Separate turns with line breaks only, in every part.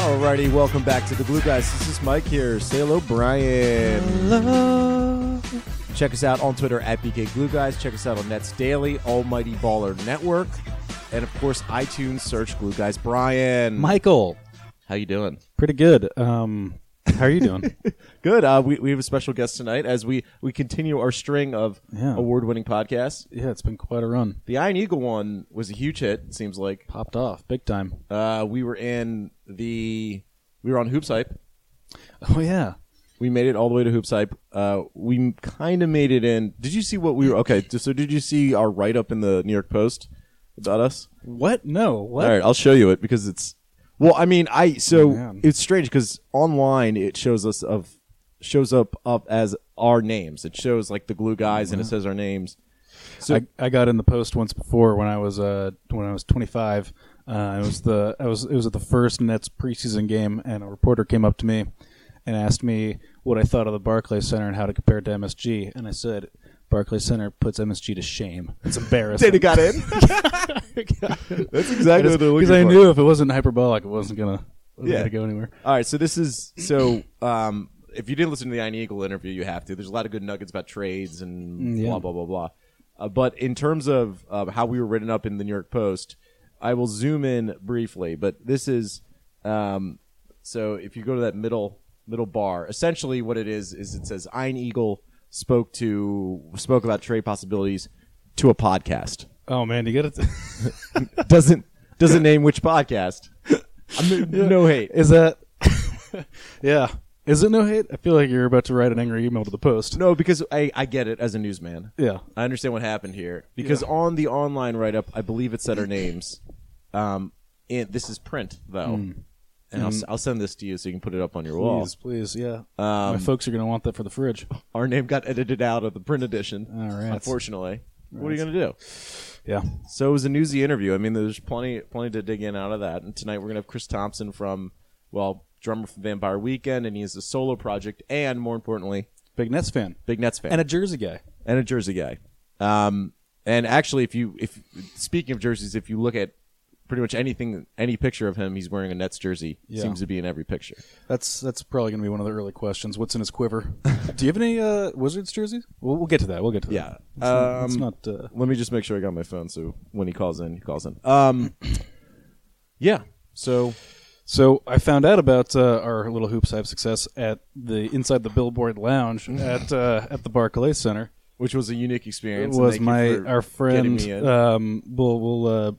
everybody. Welcome back to the Glue Guys. This is Mike here. Say hello, Brian.
Uh,
Check us out on Twitter at BK Glue Guys. Check us out on Nets Daily, Almighty Baller Network, and of course iTunes. Search Glue Guys Brian.
Michael,
How you doing?
pretty good. Um, how are you doing?
Good. Uh, we, we have a special guest tonight as we we continue our string of
Yeah.
award winning podcasts.
yeah, it's been quite a run.
The Iron Eagle one was a huge hit. It seems like
Popped off big time.
uh, we were in the we were on Hoops Hype.
Oh yeah,
We made it all the way to Hoops Hype. Uh, we kind of made it in. Did you see what we were? Okay, so did you see our write up in the New York Post about us?
what? No, what? Oh,
All right, I'll show you it because it's. Well, I mean, I so
Man.
it's strange because online it shows us of shows up up as our names. It shows like the glue guys
Mm-hmm.
and it says our names. So
I, I got in the post once before when I was uh when I was 25. Uh, it was the I was it was at the first Nets preseason game, and a reporter came up to me and asked me what I thought of the Barclays Center and how to compare it to MSG, and I said. Barclays Center puts MSG to shame. It's embarrassing.
Dana got in. That's exactly what they're looking
Because I
for.
knew if it wasn't hyperbolic, it wasn't gonna, wasn't
Yeah.
gonna go anywhere.
All right, so this is so. Um, if you didn't listen to the Iron Eagle interview, you have to. There's a lot of good nuggets about trades and
Mm, yeah.
blah blah blah blah. Uh, but in terms of uh, how we were written up in the New York Post, I will zoom in briefly. But this is um, so if you go to that middle middle bar, essentially what it is is it says Iron Eagle spoke to spoke about trade possibilities to a podcast.
Oh man, you got it.
Doesn't doesn't name which podcast. I'm, No hate.
Is that? yeah. Is it no hate? I feel like you're about to write an angry email to the post.
No, because I, I get it as a newsman.
Yeah.
I understand what happened here because on the online write up, I believe it said our names. Um, and this is print though, and I'll, s will send this to you so you can put it up on your wall.
Hmm. Please, please, yeah. Um, My folks are gonna want that for the fridge.
Our name got edited out of the print edition,
All right.
unfortunately. What are you gonna do?
Yeah.
So it was a newsy interview. I mean, there's plenty, plenty to dig in out of that. And tonight we're gonna have Chris Thompson from, well, drummer from Vampire Weekend, and he has a solo project, and more importantly,
Big Nets fan
big Nets fan
and a Jersey guy.
and a Jersey guy. Um, and actually, if you if speaking of jerseys, if you look at pretty much anything, any picture of him, he's wearing a Nets jersey.
Yeah.
Seems to be in every picture.
That's that's probably gonna be one of the early questions. What's in his quiver? Do you have any uh, Wizards jerseys? We'll, we'll get to that. We'll get to that.
Yeah.
It's not. it's
Um,
not, uh,
Let me just make sure I got my phone. So when he calls in, he calls in. Um, yeah. So
So I found out about uh, our little hoops hype success at the inside the Billboard Lounge at uh, at the Barclays Center.
which was a unique experience.
It
and
was
thank you
my
for
our
getting
friend.
me in.
Um, we'll we'll uh,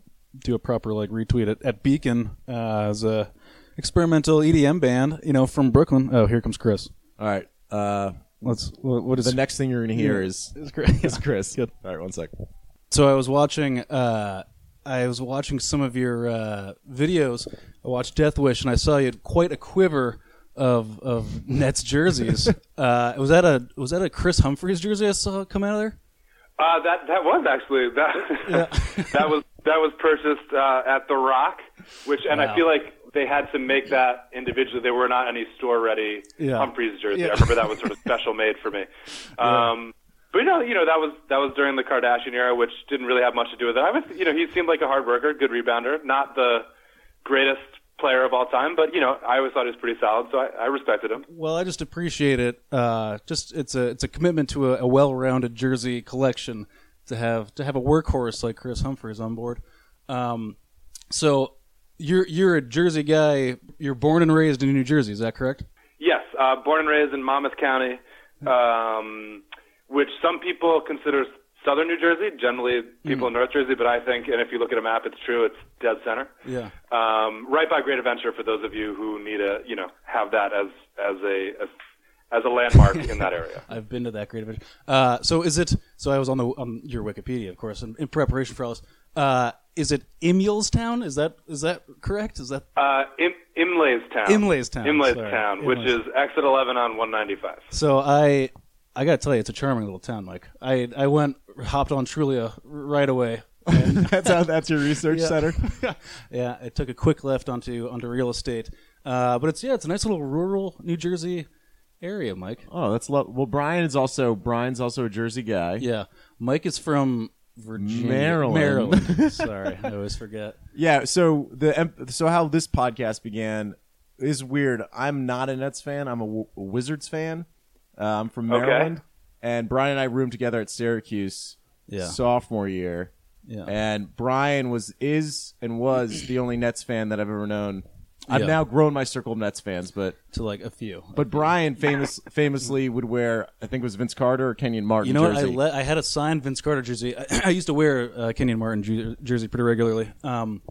do a proper like retweet it at Beacon uh, as a experimental EDM band, you know, from Brooklyn. Oh, here comes Chris.
All right. Uh,
Let's what, what is
the next thing you're gonna hear is
It's Chris.
is Chris. All right. One sec.
So I was watching. Uh, I was watching some of your uh, videos. I watched Death Wish, and I saw you had quite a quiver of of Nets jerseys. uh, was that a was that a Chris Humphreys jersey I saw come out of there?
Uh, that that was actually that that was that was purchased uh, at The Rock, which and
Wow.
I feel like they had to make that individually. There were not any store ready
Yeah.
Humphreys jersey.
Yeah.
I remember that was sort of special made for me. Um, But no, you know that was that was during the Kardashian era, which didn't really have much to do with it. I was, you know, he seemed like a hard worker, good rebounder, not the greatest player of all time, but you know, I always thought he was pretty solid, so I, I respected him.
Well, I just appreciate it. Uh, just it's a it's a commitment to a, a well-rounded jersey collection to have to have a workhorse like Chris Humphreys on board. Um, so you're you're a Jersey guy. You're born and raised in New Jersey. Is that correct?
Yes, uh, born and raised in Monmouth County,
Hmm.
um, which some people consider southern New Jersey. Generally, people
Hmm.
in North Jersey, but I think, and if you look at a map, it's true. It's dead center.
Yeah.
Um, right by Great Adventure, for those of you who need a, you know, have that as as a as, as a landmark in that area.
I've been to that great event. Uh, so is it? So I was on the on your Wikipedia, of course, in, in preparation for all this. Uh, is it Imlestown? Is that is that correct? Is that
Uh, Im- Imlay's Town.
Imlay's Town,
Imlay's
sorry.
Town, which
Imlay's-
is exit 11 on 195.
so? I I gotta tell you, it's a charming little town, Mike. I I went hopped on Trulia right away.
that's how. That's your research center.
yeah, I took a quick left onto onto real estate. Uh, but it's yeah, it's a nice little rural New Jersey area, Mike.
Oh, that's love. Well, Brian is also Brian's also a Jersey guy.
Yeah, Mike is from Virginia,
Maryland.
Maryland. Sorry, I always forget.
Yeah. So the em- so how this podcast began is weird. I'm not a Nets fan. I'm a, w- a Wizards fan. Uh, I'm from
Okay.
Maryland, and Brian and I roomed together at Syracuse
Yeah.
sophomore year.
Yeah.
And Brian was is and was the only Nets fan that I've ever known. I've
Yeah.
now grown my circle of Nets fans, but
to like a few.
but Brian famous famously would wear I think it was Vince Carter or Kenyon Martin.
You know what? I,
jersey.
let, I had a signed Vince Carter jersey. I, I used to wear uh, Kenyon Martin jer- jersey pretty regularly, um,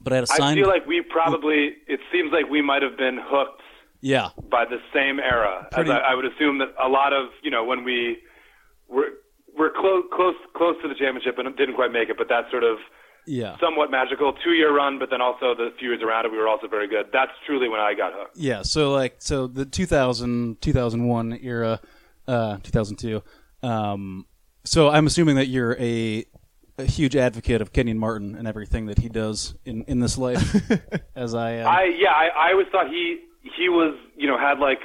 but I had a
I
signed.
feel like we probably. It seems like we might have been hooked
yeah,
by the same era.
Pretty-
as I, I would assume that a lot of you know when we were were close close close to the championship and didn't quite make it, but that sort of
yeah,
somewhat magical two year run, but then also the few years around it, we were also very good. That's truly when I got hooked.
yeah. So like, so the 2000, 2001 era, uh, 2002. Um, so I'm assuming that you're a, a huge advocate of Kenyon Martin and everything that he does in in this life, as I uh, am.
I yeah, I, I always thought he he was you know had like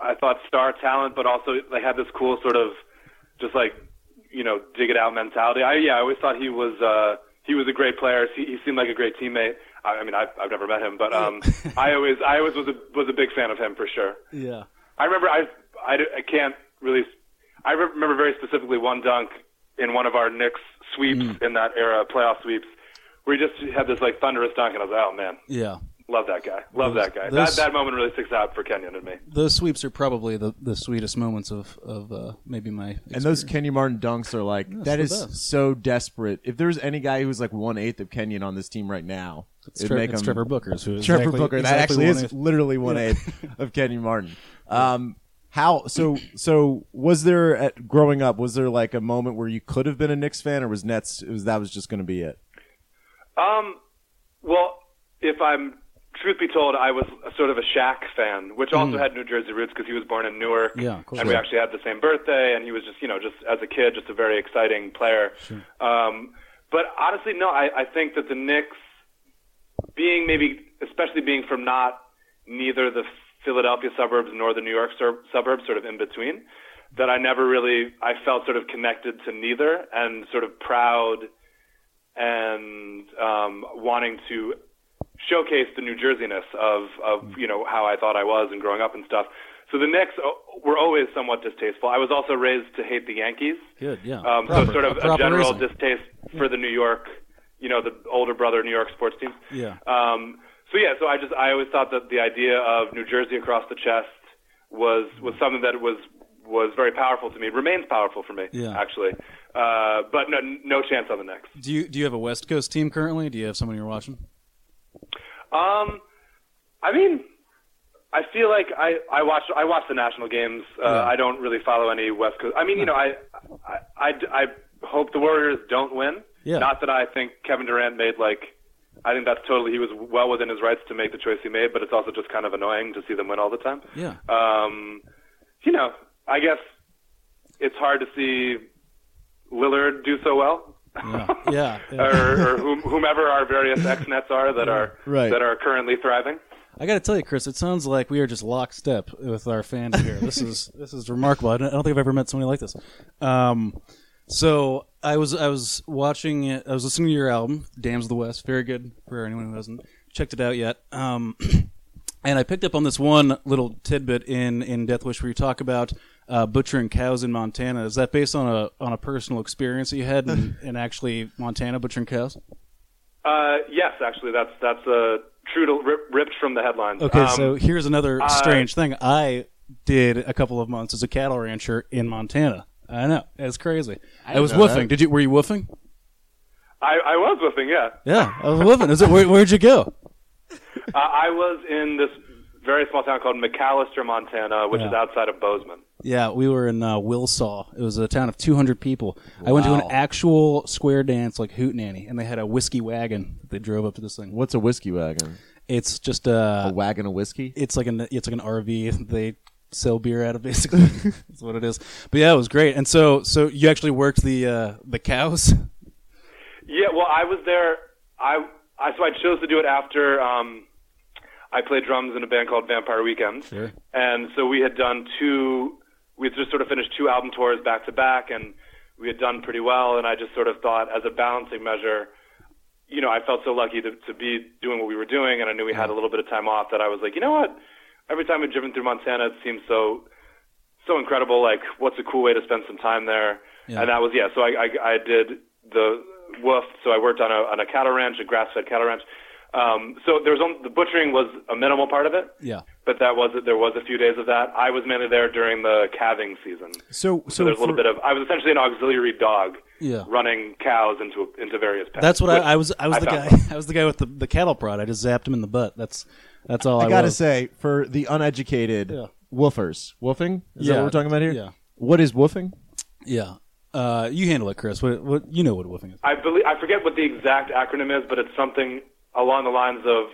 I thought star talent, but also like had this cool sort of just like you know dig it out mentality. I yeah, I always thought he was uh, he was a great player. He, he seemed like a great teammate. I, I mean, I've, I've never met him, but um, I always I always was a was a big fan of him for sure.
yeah,
I remember I, I, I can't really. I re- remember very specifically one dunk in one of our Knicks sweeps in that era, playoff sweeps, where he just had this like thunderous dunk, and I was like, oh man,
yeah.
love that guy, love
Those-
that guy.
those-
that that moment really sticks out for Kenyon and me.
Those sweeps are probably the, the sweetest moments of of uh, maybe my.
And those Kenyon Martin dunks are like that
the
is
best.
so desperate. If there's any guy who's like one eighth of Kenyon on this team right now,
It's,
it'd
Tre-
make
it's
him
Trevor Booker's. Who is
Trevor
exactly-
Booker. That actually
exactly one
is
of-
literally one eighth of Kenyon Martin. Um, how so? So was there at growing up? Was there like a moment where you could have been a Knicks fan, or was Nets? It was that was just going to be it?
Um, well, if I'm truth be told, I was a sort of a Shaq fan, which also had New Jersey roots because he was born in Newark.
Hmm. Yeah, of course.
and we actually had the same birthday, and he was just you know just as a kid, just a very exciting player. Um, but honestly, no, I, I think that the Knicks, being maybe especially being from not neither the Philadelphia suburbs nor the New York sur- suburbs, sort of in between, that I never really I felt sort of connected to neither, and sort of proud and um, wanting to showcase the New Jerseyness of
Hmm.
of you know how I thought I was and growing up and stuff. So the Knicks o- were always somewhat distasteful. I was also raised to hate the Yankees.
Good, yeah.
Um,
Proper-
so sort of
proper
a general
raising.
distaste for the New York, you know, the older brother New York sports teams.
Yeah.
Um, so yeah, so I just I always thought that the idea of New Jersey across the chest was was something that was was very powerful to me. Remains powerful for me,
Yeah.
actually. Uh, but no, no chance on the Knicks.
Do you do you have a West Coast team currently? Do you have someone you're watching?
Um, I mean, I feel like I I watch I watch the national games. Uh, I don't really follow any West Coast. I mean, you know, I I, I I hope the Warriors don't win.
Yeah.
Not that I think Kevin Durant made like. I think that's totally he was well within his rights to make the choice he made, but it's also just kind of annoying to see them win all the time.
Yeah.
Um, you know, I guess it's hard to see Lillard do so well.
Yeah, yeah, yeah.
or, or whom, whomever our various X nets are that are
Right.
that are currently thriving.
I got to tell you, Chris, it sounds like we are just lockstep with our fans here. This is this is remarkable. I don't, I don't think I've ever met somebody like this. Um, so I was I was watching I was listening to your album, Dams of the West. Very good for anyone who hasn't checked it out yet. Um, and I picked up on this one little tidbit in in Death Wish where you talk about uh, butchering cows in Montana. Is that based on a on a personal experience that you had in, in actually Montana butchering cows?
Uh, yes, actually, that's that's uh, true to rip, ripped from the headlines.
Okay,
Um,
so here's another strange thing. I did a couple of months as a cattle rancher in Montana. I know that's crazy. I, was
know
woofing.
that.
Did you? Were you woofing?
I, I was woofing. Yeah,
Yeah, I was woofing. Is it? Where, where'd you go?
uh, I was in this very small town called McAllister, Montana, which is
Yeah.
outside of Bozeman.
Yeah, we were in uh, Wilsaw. It was a town of 200 people. I went to an actual square dance like Hootenanny, and they had a whiskey wagon. that They drove up to this thing.
What's a whiskey wagon?
It's just uh,
A wagon of whiskey?
it's like an it's like an RV they sell beer out of basically. That's what it is. But yeah, it was great. And so so you actually worked the uh, the cows.
Yeah, well, I was there. I, I so I chose to do it after um, I played drums in a band called Vampire Weekend,
Sure.
and so we had done two. We had just sort of finished two album tours back to back, and we had done pretty well. And I just sort of thought, as a balancing measure, you know, I felt so lucky to, to be doing what we were doing, and I knew we had a little bit of time off that I was like, you know what? Every time we've driven through Montana, it seems so so incredible. Like, what's a cool way to spend some time there?
Yeah.
And that was yeah. So I, I I did the woof. So I worked on a on a cattle ranch, a grass fed cattle ranch. Um, so there was on, the butchering was a minimal part of it,
Yeah.
but that was there was a few days of that. I was mainly there during the calving season.
So,
So, there's a little bit of I was essentially an auxiliary dog
Yeah.
running cows into into various pets.
That's what
which
I, I was. I was the guy.
found fun.
I was the guy with the, the cattle prod. I just zapped him in the butt. That's that's all I,
I gotta
was.
say, for the uneducated
Yeah.
woofers, woofing is that
Yeah.
what we're talking about here?
Yeah.
What is woofing?
Yeah. Uh, you handle it, Chris. What, what you know what woofing is?
I believe I forget what the exact acronym is, but it's something along the lines of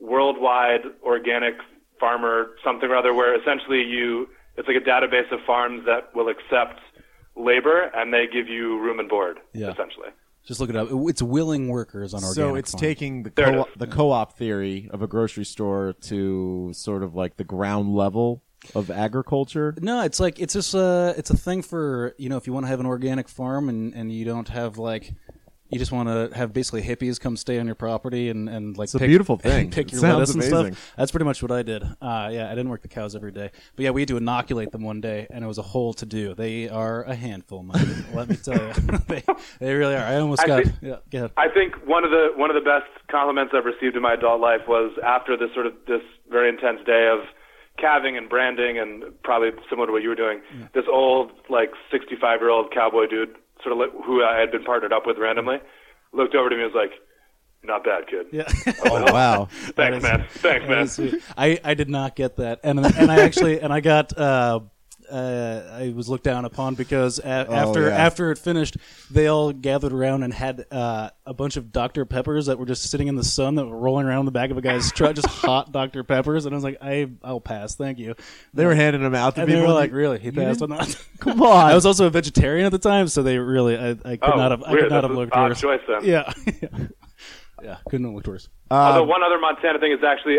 worldwide organic farmer something or other, where essentially you it's like a database of farms that will accept labor and they give you room and board
Yeah.
essentially.
Just look it up. It's willing workers on organic.
So it's
farm.
taking the
There it
co-
is.
the co-op theory of a grocery store to sort of like the ground level of agriculture.
No, it's like it's just a it's a thing for you know if you want to have an organic farm and and you don't have like you just want to have basically hippies come stay on your property and and like
It's a beautiful thing.
pick
It
your
sounds
lettuce
amazing.
and stuff. That's pretty much what I did. Uh, yeah, I didn't work the cows every day, but yeah, we had to inoculate them one day, and it was a whole to do. They are a handful, man. let me tell you, they, they really are. I almost got
Actually-
yeah. Go ahead.
I think one of the one of the best compliments I've received in my adult life was after this sort of this very intense day of calving and branding and probably similar to what you were doing. This old like 65 year old cowboy dude, sort of like, who I had been partnered up with randomly, looked over to me and was like, "Not bad, kid.
Yeah.
Oh wow!
Thanks,
That is-
man. Thanks,
That
man."
is um, sweet. I, I did not get that, and and I actually and I got uh, uh, I was looked down upon because a- after
yeah.
after it finished, they all gathered around and had uh, a bunch of Dr Peppers that were just sitting in the sun that were rolling around in the back of a guy's truck, just hot Dr Peppers, and I was like, I I'll pass, thank you.
They were handing them out to
And
people.
they were like,
You-
really? He
you
passed
didn't-
on that?
Come on!
I was also a vegetarian at the time, so they really I, I could
Oh,
not have I
weird.
could not
That's
have
an
looked
odd
worse.
choice then.
Yeah. yeah. Yeah, couldn't have looked worse.
Although one other Montana thing is actually,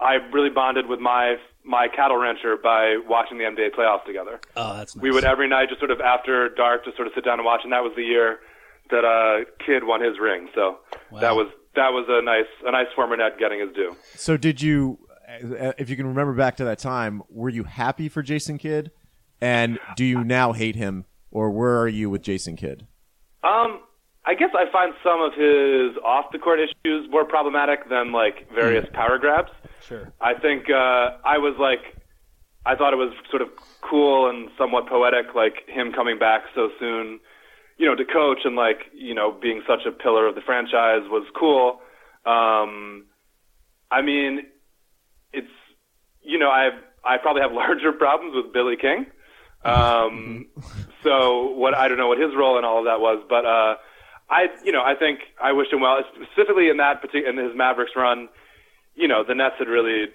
I really bonded with my my cattle rancher by watching the NBA playoffs together.
Oh, that's nice.
we would every night just sort of after dark just sort of sit down and watch and that was the year that uh kid won his ring so that was that was a nice a nice former net getting his due
So did you, uh, if you can remember back to that time, were you happy for Jason Kidd, and do you now hate him, or where are you with Jason Kidd?
um i guess i find some of his off the court issues more problematic than like various power grabs
Sure.
i think uh i was like i thought it was sort of cool and somewhat poetic like him coming back so soon you know to coach and like you know being such a pillar of the franchise was cool um I mean, it's you know I I probably have larger problems with Billy King. Um, so what I don't know what his role in all of that was, but uh, I you know I think I wish him well specifically in that particular in his Mavericks run. You know the Nets had really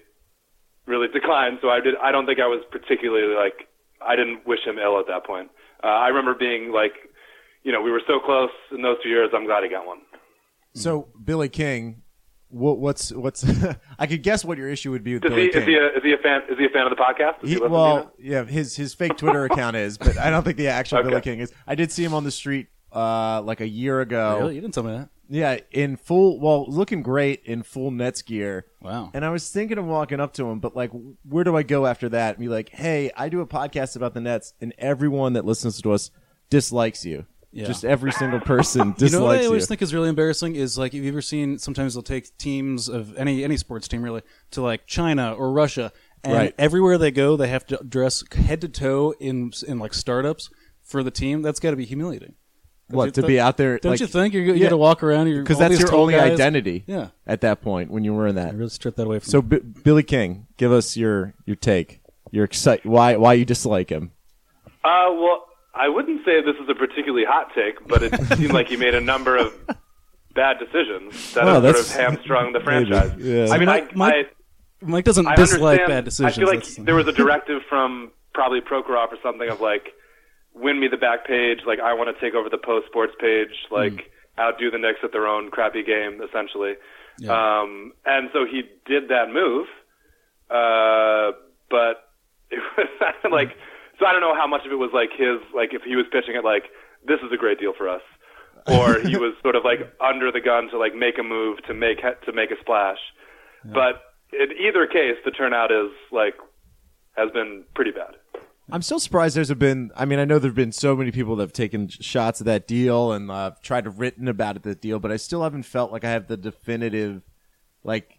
really declined, so I did I don't think I was particularly like I didn't wish him ill at that point. Uh, I remember being like, you know, we were so close in those two years. I'm glad he got one.
Hmm.
So Billy King, what, what's what's? I could guess what your issue would be with
Is he,
Billy
is
King.
he a is he a fan is he a fan of the podcast? Does
He-
he listen to you?
well, yeah, his his fake Twitter account is, but I don't think the actual
Okay.
Billy King is. I did see him on the street uh, like a year ago.
Really? You didn't tell me that.
Yeah, in full, well, looking great in full Nets gear.
Wow.
And I was thinking of walking up to him, but like, where do I go after that? And be like, hey, I do a podcast about the Nets, and everyone that listens to us dislikes you.
Yeah.
Just every single person
You know what
dislikes
I
you.
always think is really embarrassing is like have you ever seen sometimes they'll take teams of any any sports team really to like China or Russia and
Right.
everywhere they go they have to dress head to toe in in like startups for the team that's got to be humiliating. Don't
What,
you
to
thi-
be out there,
Don't
like-
you think you're, you
Yeah.
got to walk around? Because
because that's your only identity.
Yeah,
At that point, when you were in that.
I really stripped that away from.
So, B- Billy King, give us your your take. Your excite why why you dislike him?
Uh, well, I wouldn't say this is a particularly hot take, but it seemed like he made a number of bad decisions that
Wow,
have sort
that's-
of hamstrung the franchise.
yeah.
I mean, I,
Mike- Mike- Mike doesn't
I, I
dislike
understand.
bad decisions.
I feel
That's-
like there was a directive from probably Prokhorov or something of like, win me the back page. Like, I want to take over the post sports page.
Hmm.
Like, outdo the Knicks at their own crappy game, essentially.
Yeah.
Um, and so he did that move, uh, but it was like, so I don't know how much of it was like his, like if he was pitching it like, this is a great deal for us. or he was sort of like under the gun to like make a move to make to make a splash. But in either case, the turnout is like has been pretty bad.
I'm still surprised there's been. I mean, I know there've been so many people that have taken shots at that deal and uh, tried to written about it, that deal, but I still haven't felt like I have the definitive. Like,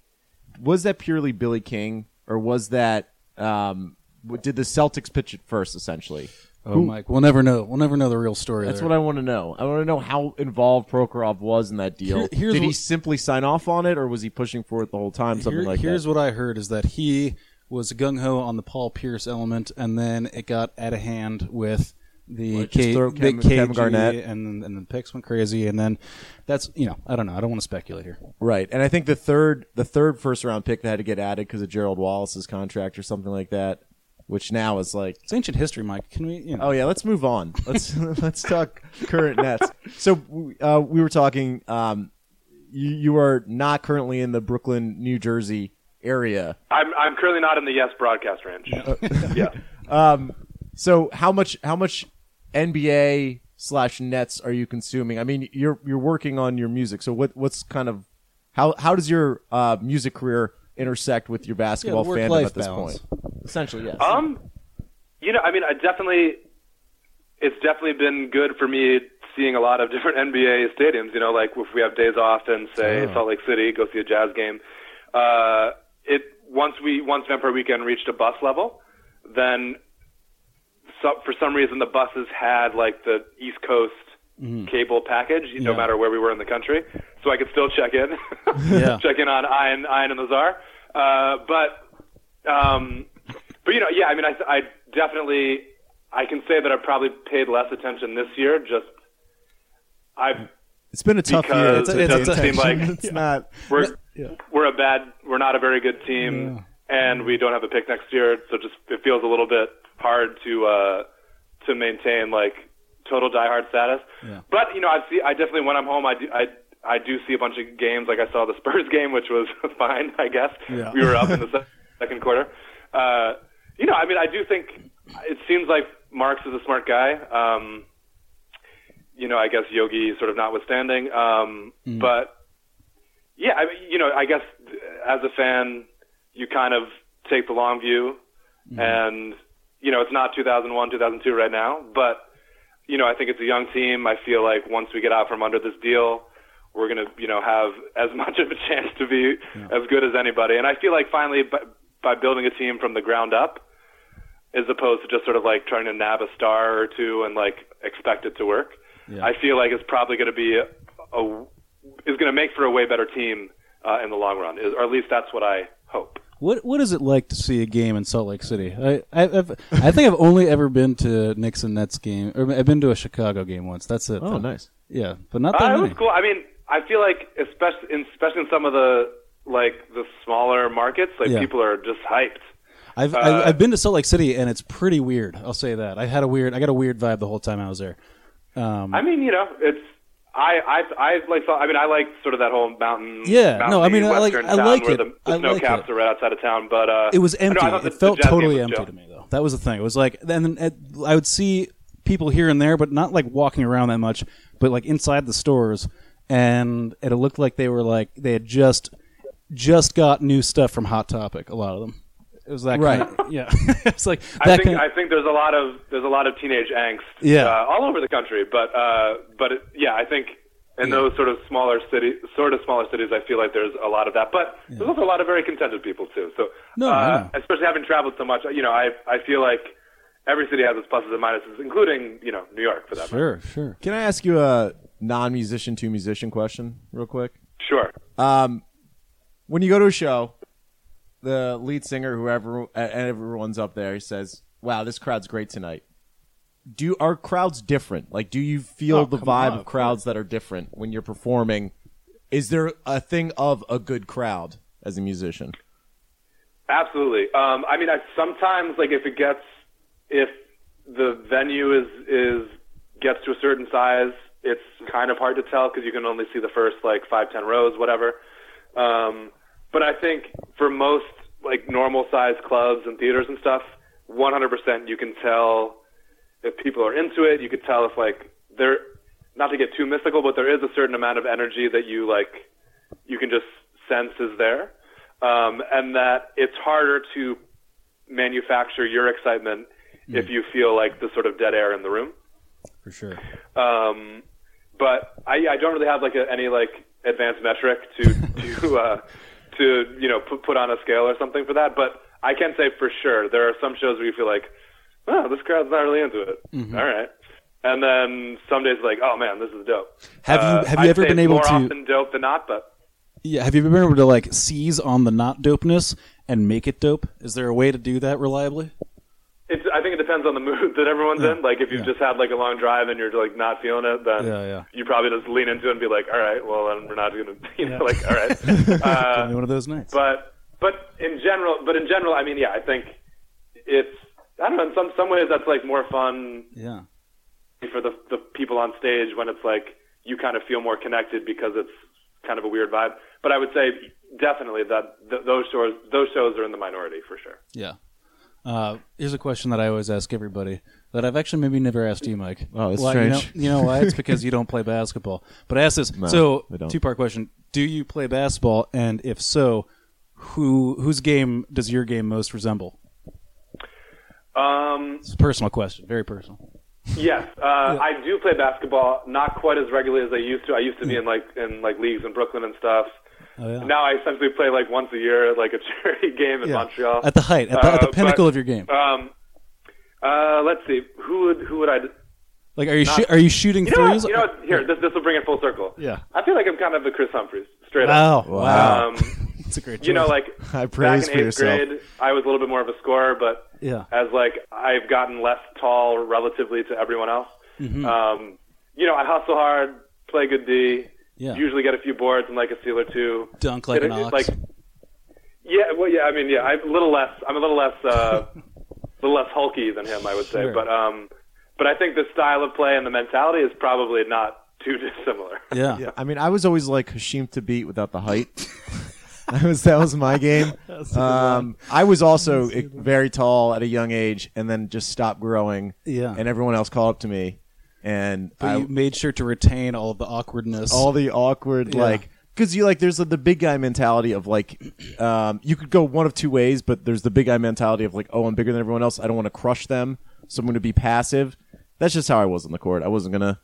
was that purely Billy King, or was that um, w- did the Celtics pitch it first? Essentially,
Oh, Mike, we'll never know. We'll never know the real story.
that's
there.
what I want to know. I want to know how involved Prokhorov was in that deal.
Here- here's
did he
what-
simply sign off on it, or was he pushing for it the whole time? Something
Here-
like
here's
that.
what I heard is that he was gung ho on the Paul Pierce element, and then it got out of hand with the
Like, just
K,
throw
the
Kevin-
KG,
Kevin Garnett.
and then and then picks went crazy, and then that's you know I don't know I don't want to speculate here.
Right, and I think the third the third first round pick that had to get added because of Gerald Wallace's contract or something like that, which now is like,
It's ancient history, Mike. Can we? You know,
oh yeah, let's move on. Let's let's talk current Nets. So uh, we were talking. Um, you you are not currently in the Brooklyn, New Jersey area.
I'm I'm currently not in the yes broadcast range. yeah.
So how much how much NBA slash Nets are you consuming? I mean, you're you're working on your music. So what what's kind of how how does your uh, music career intersect with your basketball
Yeah,
fandom
work-life
at this
balance.
point? Essentially, yes.
Um, you know, I mean, I definitely, it's definitely been good for me seeing a lot of different NBA stadiums. You know, like if we have days off in say Salt Lake City, go see a Jazz game. Uh, it once we once Vampire Weekend reached a bus level, then so, for some reason the buses had like the East Coast. Cable package, no
Yeah.
matter where we were in the country, so I could still check in,
Yeah.
check in on Ian, Ian and the Czar. Uh, but um, but you know, yeah, I mean, I, I definitely, I can say that I probably paid less attention this year. Just I
It's been a tough year.
because it doesn't seem like
it's not.
we're we're a bad, we're not a very good team, and we don't have a pick next year. So just it feels a little bit hard to uh, to maintain like total diehard status. But you know, I see, I definitely when I'm home, I do, I. I do see a bunch of games. Like I saw the Spurs game, which was fine, I guess.
Yeah.
We were up in the se- second quarter. Uh, you know, I mean, I do think it seems like Marks is a smart guy. Um, you know, I guess Yogi sort of notwithstanding. Um, But yeah, I mean, you know, I guess uh, as a fan, you kind of take the long view, and you know, it's not 2001, 2002 right now, but you know, I think it's a young team. I feel like once we get out from under this deal, we're gonna, you know, have as much of a chance to be as good as anybody. And I feel like finally, by, by building a team from the ground up, as opposed to just sort of like trying to nab a star or two and like expect it to work. I feel like it's probably going to be a, a is going to make for a way better team uh, in the long run, is, or at least that's what I hope.
What what is it like to see a game in Salt Lake City? I I, I've, I think I've only ever been to Knicks and Nets game, or I've been to a Chicago game once. That's it.
Oh, nice.
Yeah, but not that
Uh, it was
many.
cool. I mean, I feel like especially in, especially in some of the like the smaller markets, like
Yeah.
people are just hyped. Uh,
I've, I've I've been to Salt Lake City and it's pretty weird. I'll say that. I had a weird. I got a weird vibe the whole time I was there. Um,
I mean, you know, it's I I I like I mean I like sort of that whole mountain.
Yeah, no, I
mountainy
mean, I like-
western
I
town
like
where
it.
The, the
I
snow
like
caps
it.
are right outside of town, but uh,
it was
I know,
empty.
I thought the-
it felt
the jazz game
totally
was
empty
dope.
to me, though. That was the thing. It was like, and then it, I would see people here and there, but not like walking around that much, but like inside the stores, and it looked like they were like they had just just got new stuff from Hot Topic. A lot of them. It was that
Right.
Kind of, yeah. it's like that
I think
kind.
I think there's a lot of there's a lot of teenage angst
Yeah.
uh, all over the country, but uh, but it, yeah, I think in those sort of smaller city sort of smaller cities, I feel like there's a lot of that, but there's also a lot of very contented people too. So
No,
uh,
I know.
especially having traveled so much, you know, I I feel like every city has its pluses and minuses, including you know New York for that.
sure,
matter.
sure.
Can I ask you a non-musician to musician question, real quick?
Sure.
When you go to a show, the lead singer, whoever, and everyone's up there, says, "Wow, this crowd's great tonight." Do are crowds different? Like, do you feel
Oh,
the
come
vibe
on,
of
of
crowds that are different when you're performing? Is there a thing of a good crowd as a musician?
Absolutely. Um, I mean, I, sometimes like if it gets if the venue is is gets to a certain size, it's kind of hard to tell because you can only see the first like five ten rows, whatever. Um, but I think for most like normal sized clubs and theaters and stuff, 100% you can tell if people are into it. You could tell if like they're not to get too mystical, but there is a certain amount of energy that you like, you can just sense is there, um, and that it's harder to manufacture your excitement
Hmm.
if you feel like the sort of dead air in the room.
for sure.
Um, but I, I don't really have like a, any like advanced metric to to uh, to you know put, put on a scale or something for that. But I can say for sure there are some shows where you feel like, oh, this crowd's not really into it.
Mm-hmm.
All right. And then some days like, oh man, this is dope.
Have you-
Uh,
have you
I'd
ever
say
been
it's
able
more
to-
often dope than not? But
Yeah, have you been able to like seize on the not dopeness and make it dope? Is there a way to do that reliably?
it's, I think it depends on the mood that everyone's in. Like if you've
yeah.
just had like a long drive and you're like not feeling it, then
Yeah, yeah.
you probably just lean into it and be like, all right, well then we're not gonna, you know,
Yeah.
like all right. Uh,
Give me one of those nights.
But but in general, but in general, I mean, yeah, I think it's I don't know. In some some ways, that's like more fun
yeah.
for the the people on stage when it's like you kind of feel more connected because it's kind of a weird vibe. But I would say definitely that th- those shows those shows are in the minority for sure.
Yeah. Uh, here's a question that I always ask everybody that I've actually maybe never asked you, Mike.
Oh, that's
Why- you know-
strange.
You know, why? It's because you don't play basketball. But I ask this. so,
I don't.
two part question: Do you play basketball? And if so, who whose game does your game most resemble?
Um,
It's a personal question, very personal.
yes, uh, I do play basketball, not quite as regularly as I used to. I used to be in like in like leagues in Brooklyn and stuff.
Oh, yeah.
Now I essentially play like once a year at like a charity game in Montreal.
At the height, at the, at the
Uh, but-
pinnacle of your game.
Um, uh, let's see. Who would who would I?
Like, are you shoo- are you shooting
You know,
threes?
what? you know what? here. This this will bring it full circle.
Yeah.
I feel like I'm kind of a Chris Humphreys, straight
Wow!
up.
Wow!
Um,
It's a great.
you know,
choice.
like
High
back
praise
in
for
eighth
yourself.
grade, I was a little bit more of a scorer, but
Yeah.
as like I've gotten less tall relatively to everyone else.
Mm-hmm.
Um, you know, I hustle hard, play good D.
Yeah.
Usually get a few boards and like a steal or two.
Dunk like
Get
an
a-
ox.
Like, yeah, well, yeah. I mean, yeah. I'm a little less. I'm a little less. Uh, a little less hulky than him, I would say.
Sure.
But um, but I think the style of play and the mentality is probably not too dissimilar.
yeah.
Yeah, I mean, I was always like Hashim to beat without the height. I was that was my game. Um, I was also very tall at a young age, and then just stopped growing.
Yeah.
and everyone else called up to me, and
But
I,
you made sure to retain all of the awkwardness.
all the awkward
Yeah.
like because you like there's the big guy mentality of like um, you could go one of two ways but there's the big guy mentality of like oh i'm bigger than everyone else i don't want to crush them so i'm going to be passive that's just how i was on the court i wasn't going to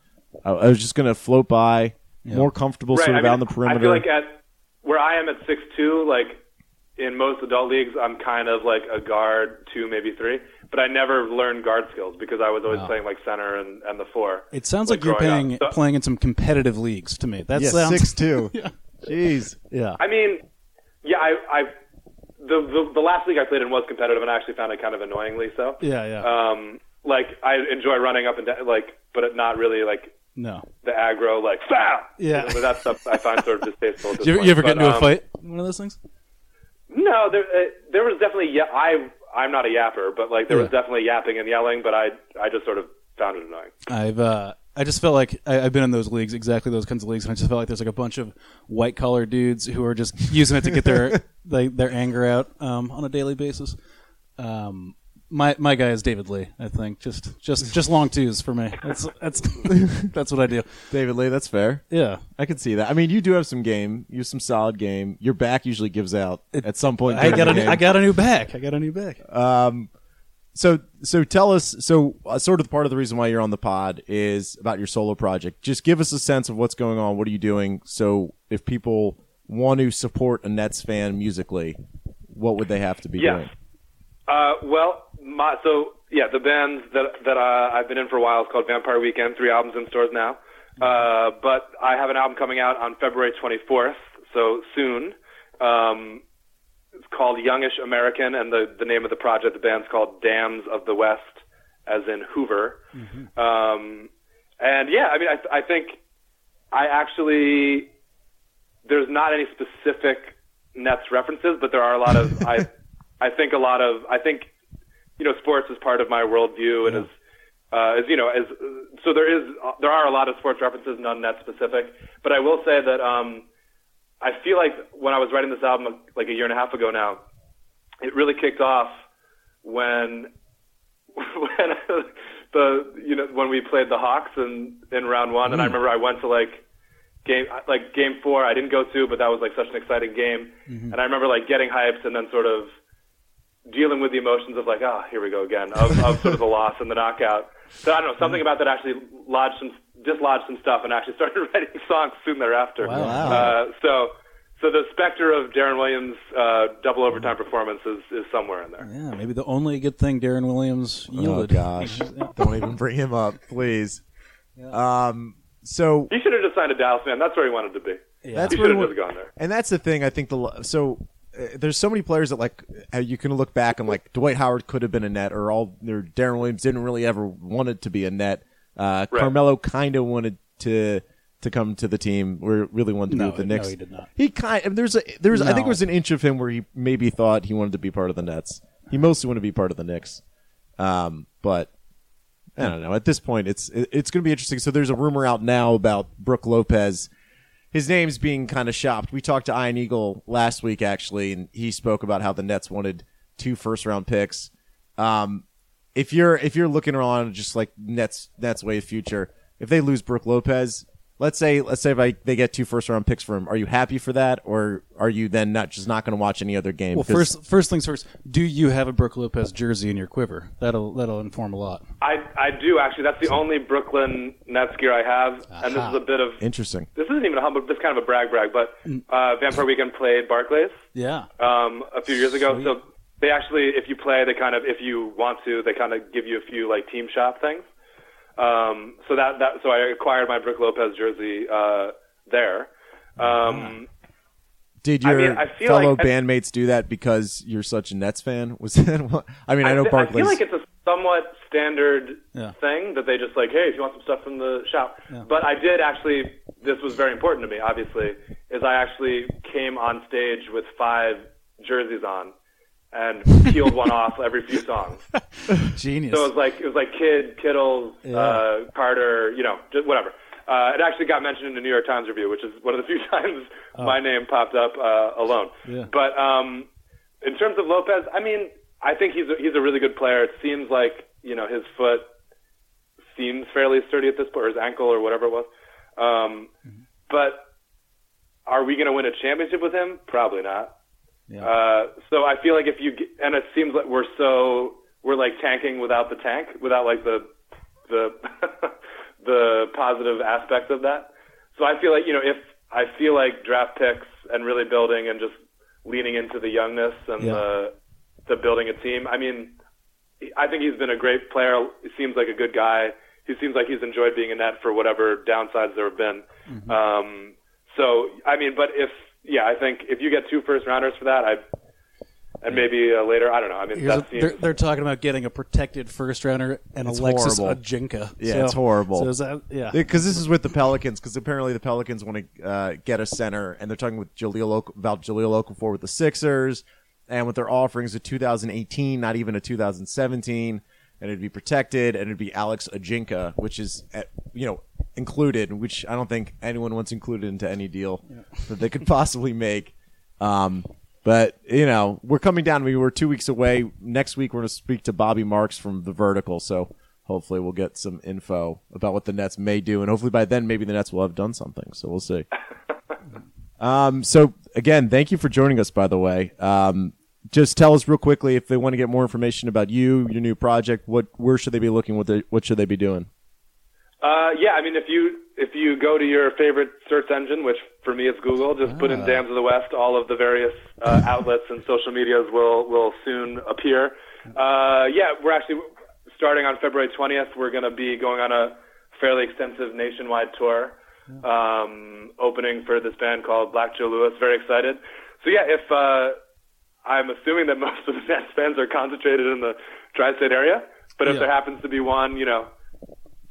i I was just going to float by more comfortable
right.
sort
I
of
mean,
on the perimeter
I feel like at where I am at six two, like in most adult leagues, I'm kind of like a guard two, maybe three. But I never learned guard skills because I was always playing like center and, and the four.
It sounds like, you're
growing
playing
up. So-
playing in some competitive leagues to me. That
yeah,
sounds
six two jeez
yeah.
I mean, yeah, I, I the, the the last league I played in was competitive, and I actually found it kind of annoyingly so.
Yeah, yeah.
Um, like I enjoy running up and down, like, but it not really like
no.
the aggro, like foul.
Yeah.
but that's stuff I find sort of distasteful. At this
Do you,
point.
you ever get
But,
into a
um,
fight? One of those things.
No, there uh, there was definitely yeah. I I'm not a yapper, but like there was
Yeah.
definitely yapping and yelling, but I I just sort of found it annoying.
I've uh, I just felt like I, I've been in those leagues, exactly those kinds of leagues, and I just felt like there's like a bunch of white collar dudes who are just using it to get their like, their anger out um, on a daily basis. Um, my my guy is David Lee, I think. Just just just long twos for me. That's that's that's what I do.
david lee that's fair
Yeah.
I can see that. I mean, you do have some game. You have some solid game. Your back usually gives out at some point.
I
during
got
the
a new,
game.
I got a new back. I got a new back.
so so tell us so uh, sort of part of the reason why you're on the pod is about your solo project just give us a sense of what's going on what are you doing so if people want to support a nets fan musically what would they have to be
Yeah.
doing
Uh, well, my so yeah, the band that that uh, I've been in for a while is called Vampire Weekend. Three albums in stores now, uh, but I have an album coming out on February 24th, so soon. Um, it's called Youngish American, and the the name of the project, the band's called Dams of the West, as in Hoover.
Mm-hmm.
Um, and yeah, I mean, I I think I actually there's not any specific Nets references, but there are a lot of I I think a lot of I think you know sports is part of my worldview and is uh, is you know as so there is uh, there are a lot of sports references none Nets specific, but I will say that um, I feel like when I was writing this album like a year and a half ago now, it really kicked off when when the the you know when we played the Hawks in in round one, and I remember I went to like game like game four. I didn't go to, but that was like such an exciting game, and I remember like getting hyped and then sort of dealing with the emotions of like ah here we go again of, of sort of the loss and the knockout. So I don't know something about that actually lodged some dislodged some stuff and actually started writing songs soon thereafter.
Wow.
Uh, so. So the specter of Darren Williams' uh, double overtime performance is, is somewhere in there.
Yeah, maybe the only good thing Darren Williams
Oh
yielded.
gosh, don't even bring him up, please. Um, so
He should have just signed a Dallas man. That's where he wanted to be.
that's
he
what
should
it
have
wa-
just gone there.
And that's the thing. I think the lo- so uh, there's so many players that like uh, you can look back and like Dwight Howard could have been a net, or all or Darren Williams didn't really ever wanted to be a net. Uh, Carmelo kind of wanted to to come to the team. We really wanted to
No,
be with the
no,
Knicks.
he did not.
He kind there's a there's I think
No.
there was an inch of him where he maybe thought he wanted to be part of the Nets. He mostly wanted to be part of the Knicks, um, but. I don't know. At this point, it's it- it's going to be interesting. So there's a rumor out now about Brooke Lopez his name's being kind of shopped. We talked to Ian Eagle last week actually, and he spoke about how the Nets wanted two first round picks. Um, if you're if you're looking around just like Nets Nets way of future, if they lose Brooke Lopez, let's say let's say if I, they get two first round picks for him, are you happy for that, or are you then not just not going to watch any other game?
Well,
'Cause-
first, first things first. Do you have a Brooke Lopez jersey in your quiver? That'll that'll inform a lot.
I, I do actually. That's the only Brooklyn Nets gear I have, and this is a bit of
interesting.
this isn't even a humble. This is kind of a brag brag, but uh, Vampire Weekend played Barclays
Yeah.
um, a few years ago. So they actually, if you play, they kind of if you want to, they kind of give you a few like team shop things. Um, so that that so I acquired my Brooke Lopez jersey uh, there. Um,
Did your
mean, I feel
fellow
like-
bandmates do that because you're such a Nets fan? Was that? What, I
Ah,
mean, I, know
fe-
Barclays.
I feel like it's a somewhat standard
Yeah.
thing that they just like, hey, if you want some stuff from the shop.
Yeah.
But I did actually. This was very important to me. Obviously, is I actually came on stage with five jerseys on and peeled one off every few songs.
Genius.
So it was like it was like Kid, Kittle, uh, Carter, you know, just whatever. Uh, it actually got mentioned in the New York Times review, which is one of the few times my name popped up uh, alone.
Oh. Yeah.
But um, in terms of Lopez, I mean, I think he's a, he's a really good player. It seems like you know his foot seems fairly sturdy at this point, or his ankle, or whatever it was. Um,
Mm-hmm.
But are we going to win a championship with him? Probably not. Uh, so I feel like if you g- and it seems like we're so we're like tanking without the tank, without like the the the positive aspects of that. So I feel like you know if I feel like draft picks and really building and just leaning into the youngness and
Yeah.
the the building a team. I mean, I think he's been a great player. He seems like a good guy. He seems like he's enjoyed being in that for whatever downsides there have been.
Mm-hmm.
Um, so I mean, but if yeah, I think if you get two first rounders for that, I and maybe uh, later, I don't know. I mean,
Here's a-
that seems
they're, they're talking about getting a protected first rounder and
It's
Alexis
horrible.
Ajinka.
Yeah,
So-
it's horrible.
So is that, yeah.
Because this is with the Pelicans. Because apparently the Pelicans want to uh, get a center, and they're talking with Jaleel Oka- about Jaleel Okafor with the Sixers, and with their offerings of 2018, not even a 2017, and it'd be protected, and it'd be Alex Ajinka, which is uh, you know included, which I don't think anyone wants included into any deal that they could possibly make. Um, but you know we're coming down. We were two weeks away. Next week we're going to speak to Bobby Marks from the Vertical. So hopefully we'll get some info about what the Nets may do, and hopefully by then maybe the Nets will have done something. So we'll see. um, so again, thank you for joining us. By the way, um, just tell us real quickly if they want to get more information about you, your new project. What where should they be looking? What they, what should they be doing?
Uh, yeah, I mean, if you if you go to your favorite search engine, which for me is Google, just put in "Dams of the West." All of the various uh, outlets and social medias will will soon appear. Uh, yeah, we're actually starting on February twentieth. We're going to be going on a fairly extensive nationwide tour, um, opening for this band called Black Joe Lewis. Very excited. So yeah, if uh, I'm assuming that most of the Nets fans are concentrated in the tri-state area, but if
Yeah.
there happens to be one, you know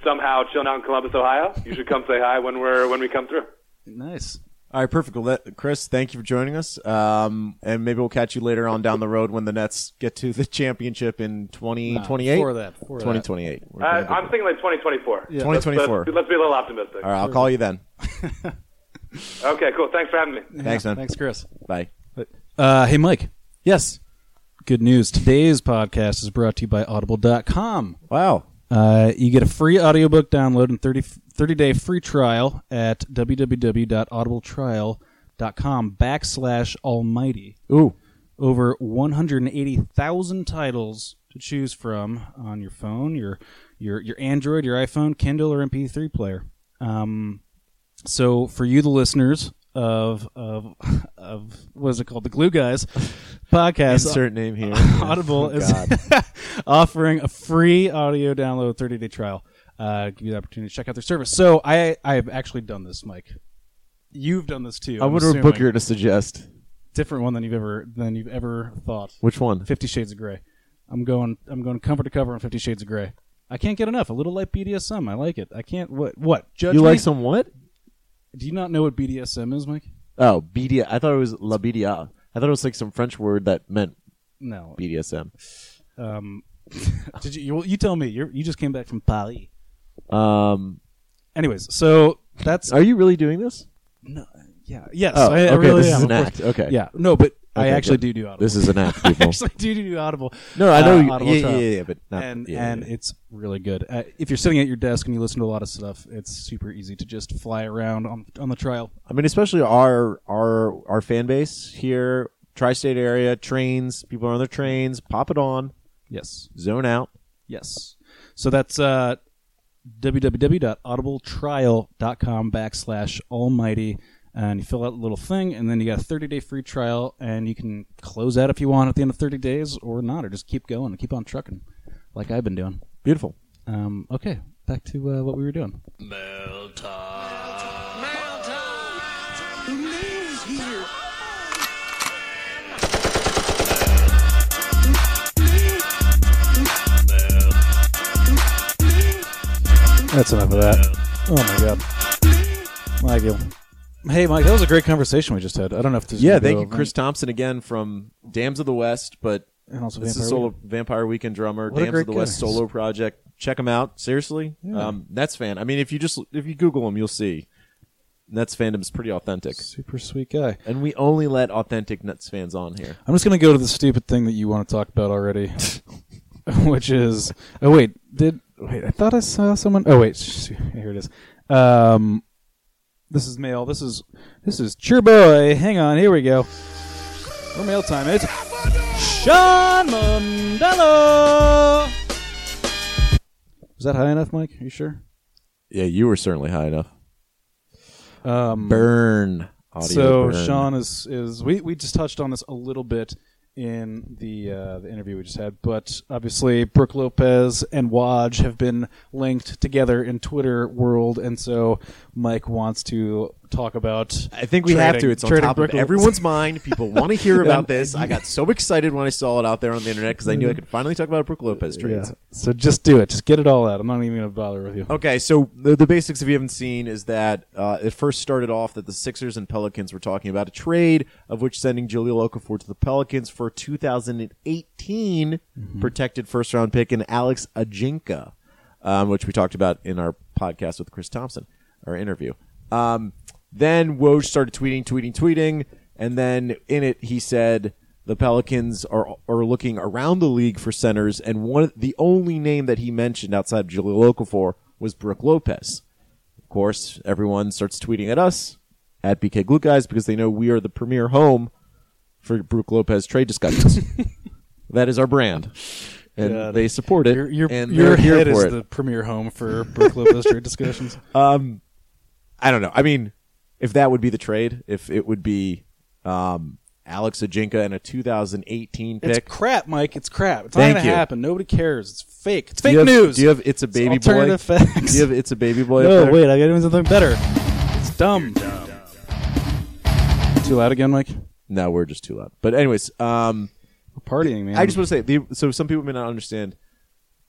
somehow chilling out in Columbus, Ohio, you should come say hi when we're when we come through.
nice.
All right, perfect. Well, that- Chris, thank you for joining us. Um, and maybe we'll catch you later on down the road when the Nets get to the championship in 2028.
for that, for that.
2028. We're
Uh,
gonna go-
I'm thinking like 2024.
Yeah.
Let's-
2024.
Let's, let's be a little optimistic.
All right, I'll call you then.
Okay, cool. Thanks for having me.
Thanks, man.
Thanks, Chris.
Bye.
Uh, hey, Mike.
Yes.
Good news. Today's podcast is brought to you by Audible.com.
Wow.
Uh, you get a free audiobook download and 30, 30 day free trial at www.audibletrial.com backslash almighty.
Ooh,
Over 180,000 titles to choose from on your phone, your, your, your Android, your iPhone, Kindle, or MP3 player. Um, so for you, the listeners of, of, of what is it called? The Glue Guys podcast.
insert name here.
Audible
Oh,
is
God.
offering a free audio download 30 day trial. Uh, give you the opportunity to check out their service. So I I have actually done this, Mike. You've done this too.
I
I'm
wonder what
assuming.
book you're going to suggest.
different one than you've ever than you've ever thought.
Which one?
Fifty Shades of Grey. I'm going I'm going cover to cover on Fifty Shades of Grey. I can't get enough. A little light BDSM. I like it. I can't. What? What? Judge
You
me?
like some what?
Do you not know what BDSM is, Mike?
Oh, BD. I thought it was la BDA. I thought it was like some French word that meant
No.
BDSM.
Um. did you? You, you tell me. You you just came back from Paris.
Um,
Anyways, so that's
are you really doing this?
No, yeah, yes,
Oh,
I, I
okay,
really
this
am.
is an
of
act.
course.
Okay.
yeah, no, but I
Okay,
actually
good.
do do Audible.
This is an act,
I
people.
actually do do Audible.
no, I know.
uh,
you,
Audible
yeah, yeah,
trial.
yeah, but not,
and
yeah,
and
yeah.
it's really good. Uh, if you're sitting at your desk and you listen to a lot of stuff, it's super easy to just fly around on on the trial.
I mean, especially our our our fan base here, tri-state area, trains. People are on their trains. Pop it on.
Yes,
Zone out.
yes. So that's uh, www.audibletrial.com backslash almighty. And you fill out a little thing, and then you got a 30 day free trial, and you can close out if you want at the end of 30 days or not, or just keep going and keep on trucking like I've been doing.
Beautiful.
Um, okay, back to uh, what we were doing. That's enough of that. Oh my god, Michael. Hey, Mike, that was a great conversation we just had. I don't know if this. is
Yeah,
gonna
thank
go
you,
over.
Chris Thompson, again from Dams of the West. But
And also
this
Vampire
is solo Vampire Weekend drummer,
What a
Dams
great
of the
guy.
West solo project. Check him out. Seriously, um, Nets fan. I mean, if you just if you Google him, you'll see Nets fandom's pretty authentic.
Super sweet guy.
And we only let authentic Nets fans on here.
I'm just gonna go to the stupid thing that you want to talk about already, which is oh wait did wait I thought I saw someone oh wait sh- here it is um this is mail this is this is Cheer Boy hang on here we go we're mail time it's Sean Mandela was that high enough Mike are you sure
Yeah, you were certainly high enough.
um
Burn audio.
so
burn.
Sean is is we, we just touched on this a little bit in the uh, the interview we just had, but obviously Brooke Lopez and Waj have been linked together in Twitter world, and so Mike wants to talk about.
I think we have to.
trading-
It's on
trading
top
Brooke
of
Lopez.
everyone's mind. People want to hear about this. I got so excited when I saw it out there on the internet because I knew I could finally talk about Brooke Lopez
Yeah.
trades.
So just do it. Just get it all out. I'm not even gonna bother with you.
Okay, so the, the basics, if you haven't seen, is that uh, it first started off that the Sixers and Pelicans were talking about a trade, of which sending Julio Okafor to the Pelicans for 2018 protected first round pick and Alex Ajinka, um, which we talked about in our podcast with Chris Thompson, our interview. Um, then Woj started tweeting, tweeting, tweeting, and then in it he said the Pelicans are are looking around the league for centers, and one the only name that he mentioned outside of Julio Okafor was Brooke Lopez. Of course, everyone starts tweeting at us at BK Glue Guys because they know we are the premier home for Brooke Lopez trade discussions. that is our brand, and
Got it.
they support it.
Your your,
and
your
they're here
head
for
is
it.
the premier home for Brooke Lopez trade discussions.
I don't know. I mean, if that would be the trade, if it would be um, Alex Ajinka and a 2018
It's
pick.
crap, Mike. It's crap. It's
Thank
not gonna
you.
happen. Nobody cares. It's fake. It's
Do
fake
you have-
news.
Do you have it's a baby boy?
alternative facts.
Do you have it's a baby boy?
No,
up there?
wait, I gotta do something better. It's dumb. Too loud again, Mike?
No, we're just too loud. But anyways, um,
We're partying, man.
I just want to say the, so some people may not understand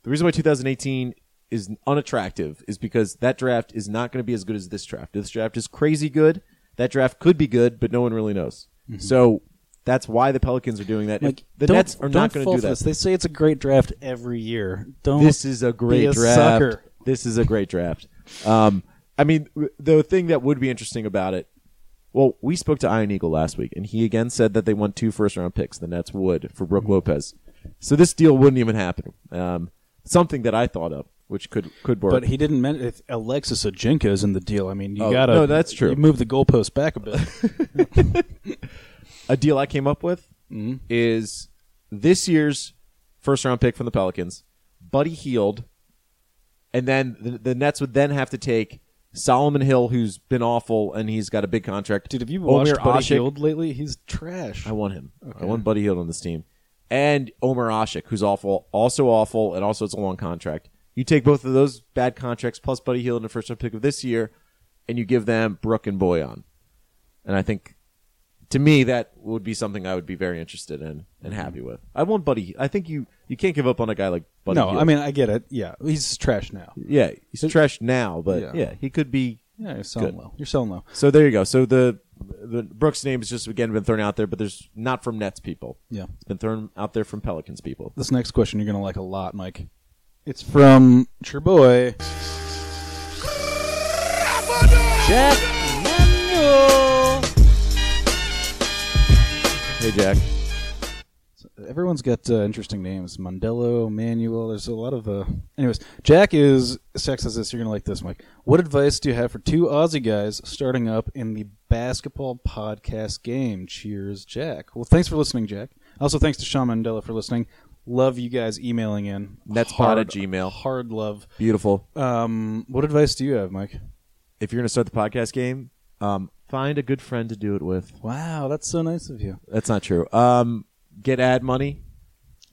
the reason why 2018 is unattractive is because that draft is not going to be as good as this draft. This draft is crazy good. That draft could be good, but no one really knows. So that's why the Pelicans are doing that.
Mike,
the
Mm-hmm. don't-
Nets are not
don't
going to
fall
do
for
that.
This. They say it's a great draft every year. Don't.
this is a great
be a
draft.
sucker.
This is a great draft. Um, I mean, w- the thing that would be interesting about it. Well, we spoke to Iron Eagle last week, and he again said that they won two first round picks. The
Hmm.
Nets would for Brooke Lopez, so this deal wouldn't even happen. Um, something that I thought of. which could could work.
But he didn't mention Alexis Ajinka is in the deal. I mean, you
Oh,
gotta
no, that's true.
You move the goalpost back a bit.
a deal I came up with
Mm-hmm.
is this year's first round pick from the Pelicans, Buddy Healed, and then the, the Nets would then have to take Solomon Hill, who's been awful and he's got a big contract.
Dude, have you
Omer
watched Buddy
Ashik.
Hield lately? He's trash.
I want him. I want Buddy Hield on this team. And Omer Ashik, who's awful, also awful, and also it's a long contract. You take both of those bad contracts plus Buddy Hield in the first round pick of this year, and you give them Brook and Boyan. And I think, to me, that would be something I would be very interested in
Mm-hmm.
and happy with. I want Buddy. I think you you can't give up on a guy like Buddy.
no,
Hield.
I mean I get it. Yeah, he's trash now.
yeah, he's trash now, but
Yeah.
yeah, he could be
Yeah, you're selling
Good.
low. You're selling low.
So there you go. So the the Brooks name has just again been thrown out there, but there's not from Nets people.
Yeah.
it's been thrown out there from Pelicans people.
This next question you're gonna like a lot, Mike. It's from your boy Jack Manuel.
Hey Jack,
Everyone's got uh, interesting names. Mondello, Manuel. There's a lot of. Uh... Anyways, Jack is sex as this. You're gonna like this, Mike. What advice do you have for two Aussie guys starting up in the basketball podcast game? Cheers, Jack. Well, thanks for listening, Jack. Also, thanks to Sean Mandela for listening. Love you guys emailing in.
Netspot
Hard-
at Gmail.
Hard love.
beautiful.
Um, what advice do you have, Mike?
If you're gonna start the podcast game, um, find a good friend to do it with.
Wow, that's so nice of you.
That's not true. Um, get ad money.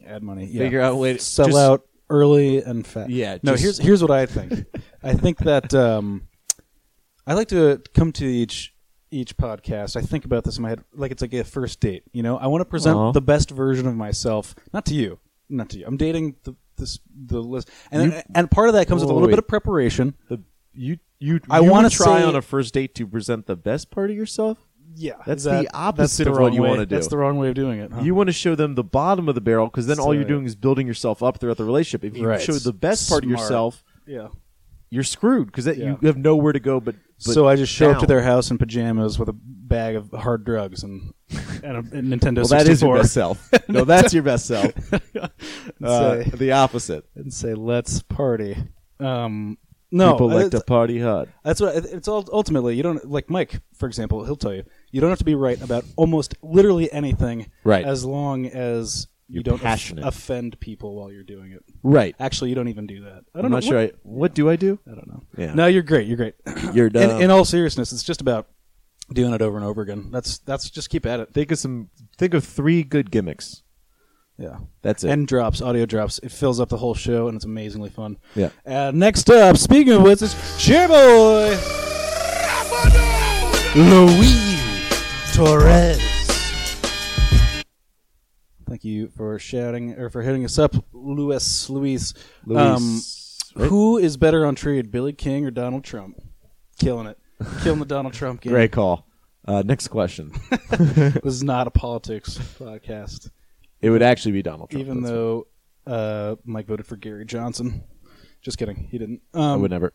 Add money. Yeah.
Figure out a way to
sell
just-
out early and fast.
Yeah,
No,
just-
here's here's what I think. I think that um, I like to come to each each podcast. I think about this in my head like it's like a first date. You know, I want to present
Aw.
the best version of myself, not to you, not to you. I'm dating the this the list, and and part of that comes with a
Whoa,
little
wait.
bit of preparation.
The you you
I
you
wanna
would try
say-
on a first date to present the best part of yourself.
Yeah,
That's
is
the opposite
the
of what
wrong
you
way-
wanna do.
That's the wrong way of doing it. huh?
You want to show them the bottom of the barrel because then all
So-
you're doing is building yourself up throughout the relationship. If you
Right.
show the best part of
Smart.
yourself,
yeah.
you're screwed because
Yeah.
you have nowhere to go but, but
So I just show up to
down.
their house in pajamas with a bag of hard drugs and and a, and Nintendo.
well that is your
64.
best self no that's your best self Uh,
say-
the opposite
and say let's party. Um, no,
people like to
that's,
party hard
that's what it's all. Ultimately, you don't like Mike, for example. He'll tell you you don't have to be right about almost literally anything,
Right.
As long as you
You're
don't off-
passionate.
offend people while you're doing it.
right
Actually, you don't even do that. I
I
don't
am
know.
not
what-
sure I, what do I do
I don't know.
Yeah.
No, you're great. You're great.
you're
in,
done
in all seriousness, it's just about doing it over and over again. That's that's just keep at it.
think of some think of three good gimmicks
Yeah.
that's it
And drops, audio drops. It fills up the whole show, and it's amazingly fun.
Yeah.
Uh, next up, speaking of which, is Chairboy Luis Torres. Thank you for shouting or for hitting us up, Luis. Luis.
Luis,
Um,
right?
Who is better on trade, Billy King or Donald Trump? Killing it. Killing the Donald Trump game.
great call uh, next question
This is not a politics podcast.
it would actually be Donald Trump
even
That's-
though uh, Mike voted for Gary Johnson. Just kidding, he didn't.
I
Um,
would never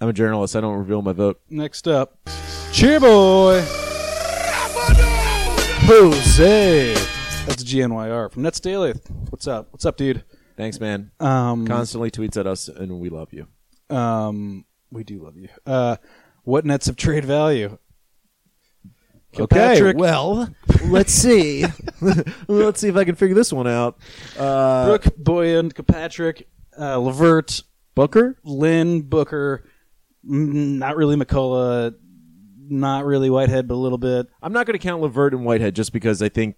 I'm a journalist I don't reveal my vote
Next up, cheer boy, Jose. That's GNYR from Nets Daily. What's up? What's up, dude?
thanks man
Um,
constantly tweets at us and we love you
um, we do love you. Uh, what Nets have trade value?
Okay,
Kilpatrick,
well, let's see. let's see if I can figure this one out. Uh,
Brooke Boyan, Kilpatrick, uh, Levert,
Booker?
Lynn Booker, mm, not really McCullough, not really Whitehead, but a little bit.
I'm not going to count Levert and Whitehead just because I think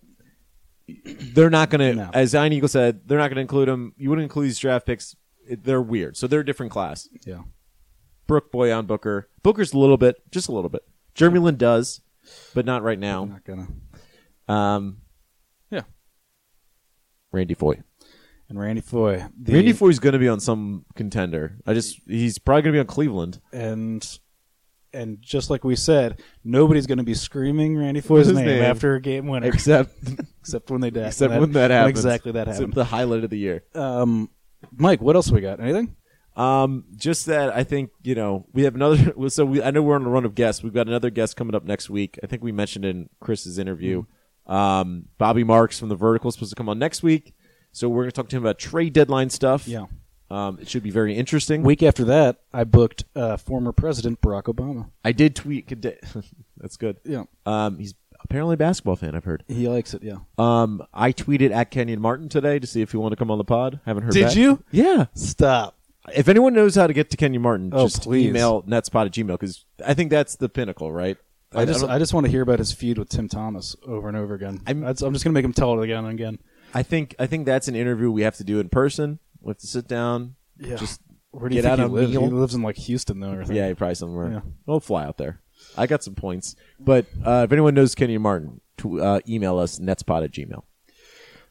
they're not going to,
No.
as Zion Eagle said, they're not going to include them. You wouldn't include these draft picks. It- They're weird. So they're a different class.
Yeah.
Brooke Boyan, Booker. Booker's a little bit, just a little bit. Jeremy Lin does, but not right
I'm
now.
not gonna.
Um,
Yeah.
Randy Foy.
And Randy Foy. The,
Randy Foy's going to be on some contender. I just, he's probably going to be on Cleveland.
and and just like we said, nobody's going to be screaming Randy Foy's
His
name,
name.
after a game winner,
Except
except when they die.
Except when that happens.
Exactly that
Except
happened.
the highlight of the year.
um, Mike, what else we got? Anything?
Um, just that I think you know we have another. So we, I know we're on a run of guests. We've got another guest coming up next week. I think we mentioned in Chris's interview. Um, Bobby Marks from the Vertical is supposed to come on next week. So we're going to talk to him about trade deadline stuff.
Yeah.
Uh, Um, it should be very interesting.
Week after that, I booked uh, former President Barack Obama.
I did tweet. good day- That's good.
Yeah.
Um, he's apparently a basketball fan. I've heard.
He likes it, yeah.
Um, I tweeted at Kenyon Martin today to see if he wanted to come on the pod. Haven't heard.
Did
back.
you?
Yeah.
Stop.
If anyone knows how to get to Kenyon Martin,
Oh,
just
please.
email netspot at gmail because I think that's the pinnacle, right?
I just
don't-
I, just want to hear about his feud with Tim Thomas over and over again.
I'm-
I'm, I'm just gonna make him tell it again and again.
I think I think that's an interview we have to do in person. We have to sit down. Just
where do you
get
think
out
he
a
lives?
meal.
He lives in like Houston though. Or
yeah, probably somewhere.
Yeah.
We'll fly out there. I got some points, but uh, if anyone knows Kenyon Martin, to, uh, email us netspot at gmail.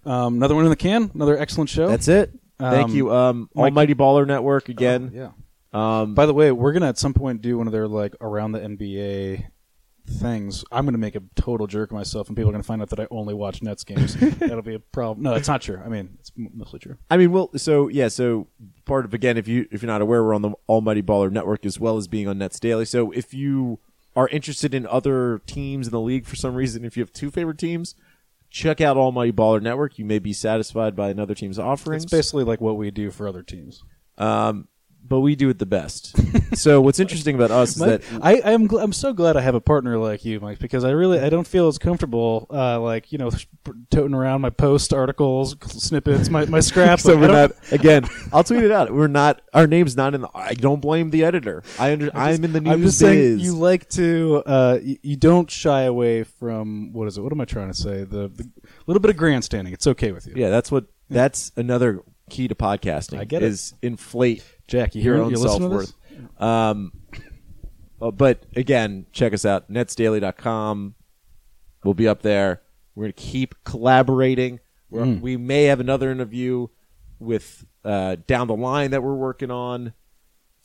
Um, another one in the can. Another excellent show.
That's it. Thank
Um,
you, um,
Mike-
Almighty Baller Network again.
Yeah.
Um,
By the way, we're gonna at some point do one of their like around the NBA things. I'm gonna make a total jerk of myself, and people are gonna find out that I only watch Nets games. That'll be a problem. No, it's not true. I mean, it's m- mostly true.
I mean, well, so yeah, so part of again, if you if you're not aware, we're on the Almighty Baller Network as well as being on Nets Daily. So if you are interested in other teams in the league for some reason, if you have two favorite teams, check out Almighty Baller Network. You may be satisfied by another team's offerings,
It's basically like what we do for other teams.
but we do it the best. so what's interesting about us is
Mike,
that
I, I am gl- I'm so glad I have a partner like you, Mike, because I really I don't feel as comfortable, uh, like you know, toting around my post articles, snippets, my, my scraps.
So
Like, I
we're
don't-
not again. I'll tweet it out. We're not. Our name's not in. the I don't blame the editor. I under, I'm in the news.
I'm just saying
biz.
you like to uh, you, you don't shy away from what is it? What am I trying to say? The, the little bit of grandstanding. It's okay with you,
yeah, that's what. That's another key to podcasting.
I get it.
is inflate
Jack. You
your
hear
own
you
self
listen to this?
worth. Um, uh, but again, check us out. Netsdaily.com. We'll be up there. We're gonna keep collaborating. We're,
Mm.
We may have another interview with uh, down the line that we're working on.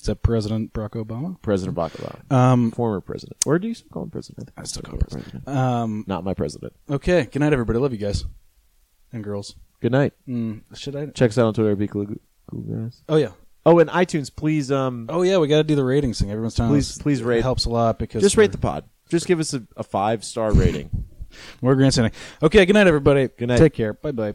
Is that President Barack Obama?
President Barack Obama,
Um,
former president, or do you still call him president?
I still call him president. Um,
Not my president.
okay. Good night, everybody. Love you guys and girls.
Good night.
Mm, should I?
Check us out on Twitter. Be cool, cool guys.
Oh yeah.
Oh, and iTunes, please. Um,
Oh yeah, we got to do the ratings thing. Everyone's telling
Please-
us
please
it
rate.
helps a lot because
just rate the
we're-
pod. Just give us a, a five star rating.
we're grandstanding. Okay, good night, everybody.
Good night.
Take care. Bye bye.